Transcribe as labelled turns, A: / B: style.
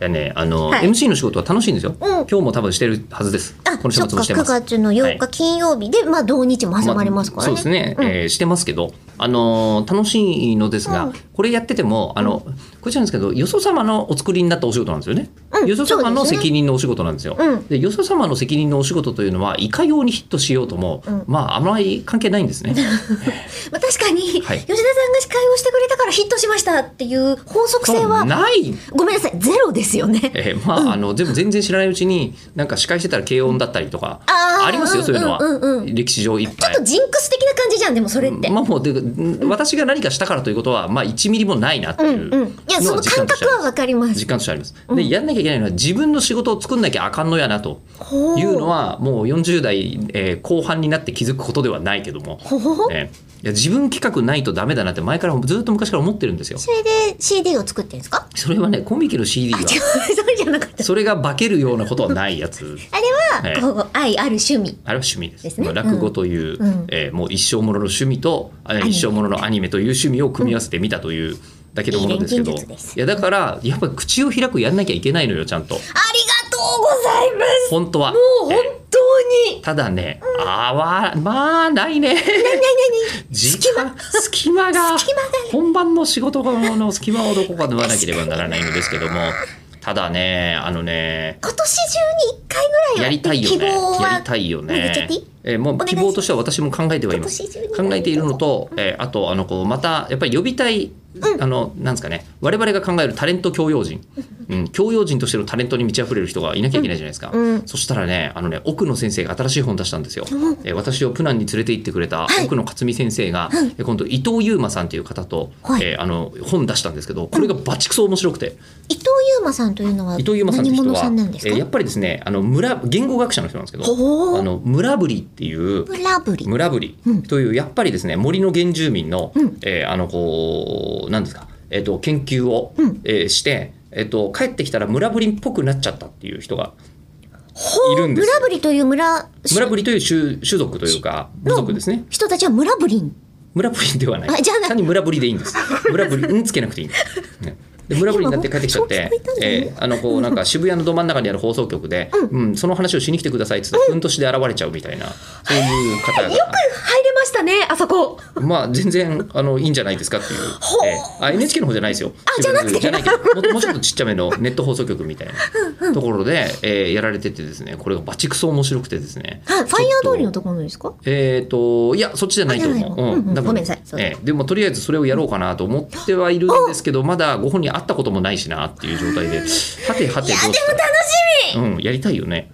A: やね、あの、
B: はい
A: MC の仕事は楽しいんですよ。
B: うん
A: 今日も多分してるはずです。
B: あ、
A: この週
B: そっ
A: 末
B: か、
A: もしてま
B: 9
A: す。
B: 月の8
A: は
B: 日金曜日で、まあ、同日も挟まれますからね。
A: そうですね、えーしてますけど、あのー楽しいのですが、
B: うん
A: これやっててもあのこれじゃないですけどよそ様のお作りになったお仕事なんですよね、
B: うん
A: よそ様
B: そう
A: の
B: ですね
A: 責任のお仕事なんですよ
B: うん
A: でよそ様の責任のお仕事というのはいかようにヒットしようとも、
B: うん
A: まああまり関係ないん ですね
B: まあ、確か
A: はい
B: に、吉田さんが司会をしてくれたからヒットしましたっていう法則性
A: そう
B: は、
A: ない
B: ごめんなさい、ゼロですよね。
A: えーまあ、あのでも全然知らないうちになんか司会してたら軽音だったりとか
B: あー
A: ありますよそういうのは、
B: うんうんうん
A: 歴史上いっ
B: ちょ
A: ぱ
B: っ
A: い
B: と。ジンクス的な感じじゃん、でもそれって。
A: まあもうで私が何かしたからということは、まあ、1ミリもないなって
B: う
A: い
B: ん
A: う
B: う
A: の
B: ん。いや、そ
A: は
B: の
A: 実感と
B: 感
A: して
B: 覚
A: あり
B: は
A: ます
B: わかります。
A: 実感としてあります。で、やんなきゃいけないのは自分の仕事を作んなきゃあかんのやなと
B: ほう
A: いうのはもう40代、えー後半になって気づくことではないけども、
B: ほほほ。
A: ね、いや自分企画ないとダメだなって前からずっと昔から思ってるんですよ。
B: それで CD を作ってんですか
A: それはねコミケの CD は
B: 違う、そうじゃなかった。
A: それが化けるようなことはないやつ。
B: あれ
A: ええ
B: は、こう、愛ある趣味。
A: あれは趣味です
B: ですね
A: まあ落語という、
B: うん
A: えーもう一生ものの趣味と、えー
B: メ
A: 一生もののアニメという趣味を組み合わせてみたというだけのものですけど、
B: いい錬金術です
A: いやだからやっぱり口を開くやんなきゃいけないのよちゃんと
B: ありがとうございます
A: 本当は。
B: もう
A: えー
B: 本当に。
A: ただね、あわまあないね。
B: なになになに
A: 隙間隙間が
B: 隙間が
A: 本番の仕事の隙間をどこか縫わなければならないんですけども、ただねあのね
B: 今年中に1回ぐらいは
A: やりたいよ
B: 希
A: ね
B: 望。は
A: やりたいよ
B: ね言っちゃ
A: ね
B: っていい。
A: えーもう希望としては私も考えてはいます。
B: 今年中に
A: 考えているのと、えーあとあのこうまたやっぱり呼びたい、あのなんですかね我々が考えるタレント教養 人、うん、教養人としてのタレントに満ち溢れる人がいなきゃいけないじゃないですか、
B: うんうん
A: そしたらねあのね奥野先生が新しい本出したんですよ、えー私をプナンに連れて行ってくれた奥野克美先生が、えー今度伊藤優馬さんという方と、
B: はい
A: えーあの本出したんですけどこれがバチクソ面白くて、
B: 伊藤優馬さんというのは
A: 伊藤優馬さんって
B: 何
A: 人
B: 者
A: は
B: さんなんです
A: え
B: か、
A: ーやっぱりですねあの村言語学者の人なんですけ
B: ほう
A: どあの村ぶりっていう
B: ブラブリ
A: 村ぶり
B: うん
A: というやっぱりですね森の原住民の、
B: うん
A: えーあのこうなんですか、えー、と研究を、
B: うん
A: えーして、えー、と帰ってきたら村ぶりっぽくなっちゃったっていう人が
B: ほう
A: いるんですよ
B: 村ぶりという村
A: 村ぶりという種種族というか部族ですね
B: 人たちは村ぶりん
A: 村ぶりではない
B: あじゃあない
A: 単に村ぶりでいいんです村ぶ りんつけなくていいんです、ねで村ぶりになって帰ってきちゃっ
B: 今
A: て
B: もう聞こえたんだよね
A: えーあのこうなんか渋谷のど真ん中にある放送局で、うんその話をしに来てくださいって言ったらふんとしで現れちゃうみたいなそういう方 が
B: 入れましたねあそこ
A: まあ全然あのいいんじゃないですかっていう、
B: ほう
A: ええあ NHK の方じゃないですよ
B: あじゃなくて
A: じゃないけどもうもうちょっとちっちゃめの ネット放送局みたいなところで、えーやられててですねこれがバチクソ面白くてですね
B: はいファイヤー通
A: ちょっ
B: りの
A: と
B: ところですか
A: えー、といやそっちじゃないと
B: あじゃない
A: 思
B: の
A: う、
B: うんう
A: 多
B: ん
A: 分
B: ごめんなさいそうだ
A: ええでもとりあえずそれをやろうかなと思ってはいるんですけどまだご本人会ったこともないしなっていう状態ではてはてどう
B: いやでも楽し
A: うん、やりたいよね。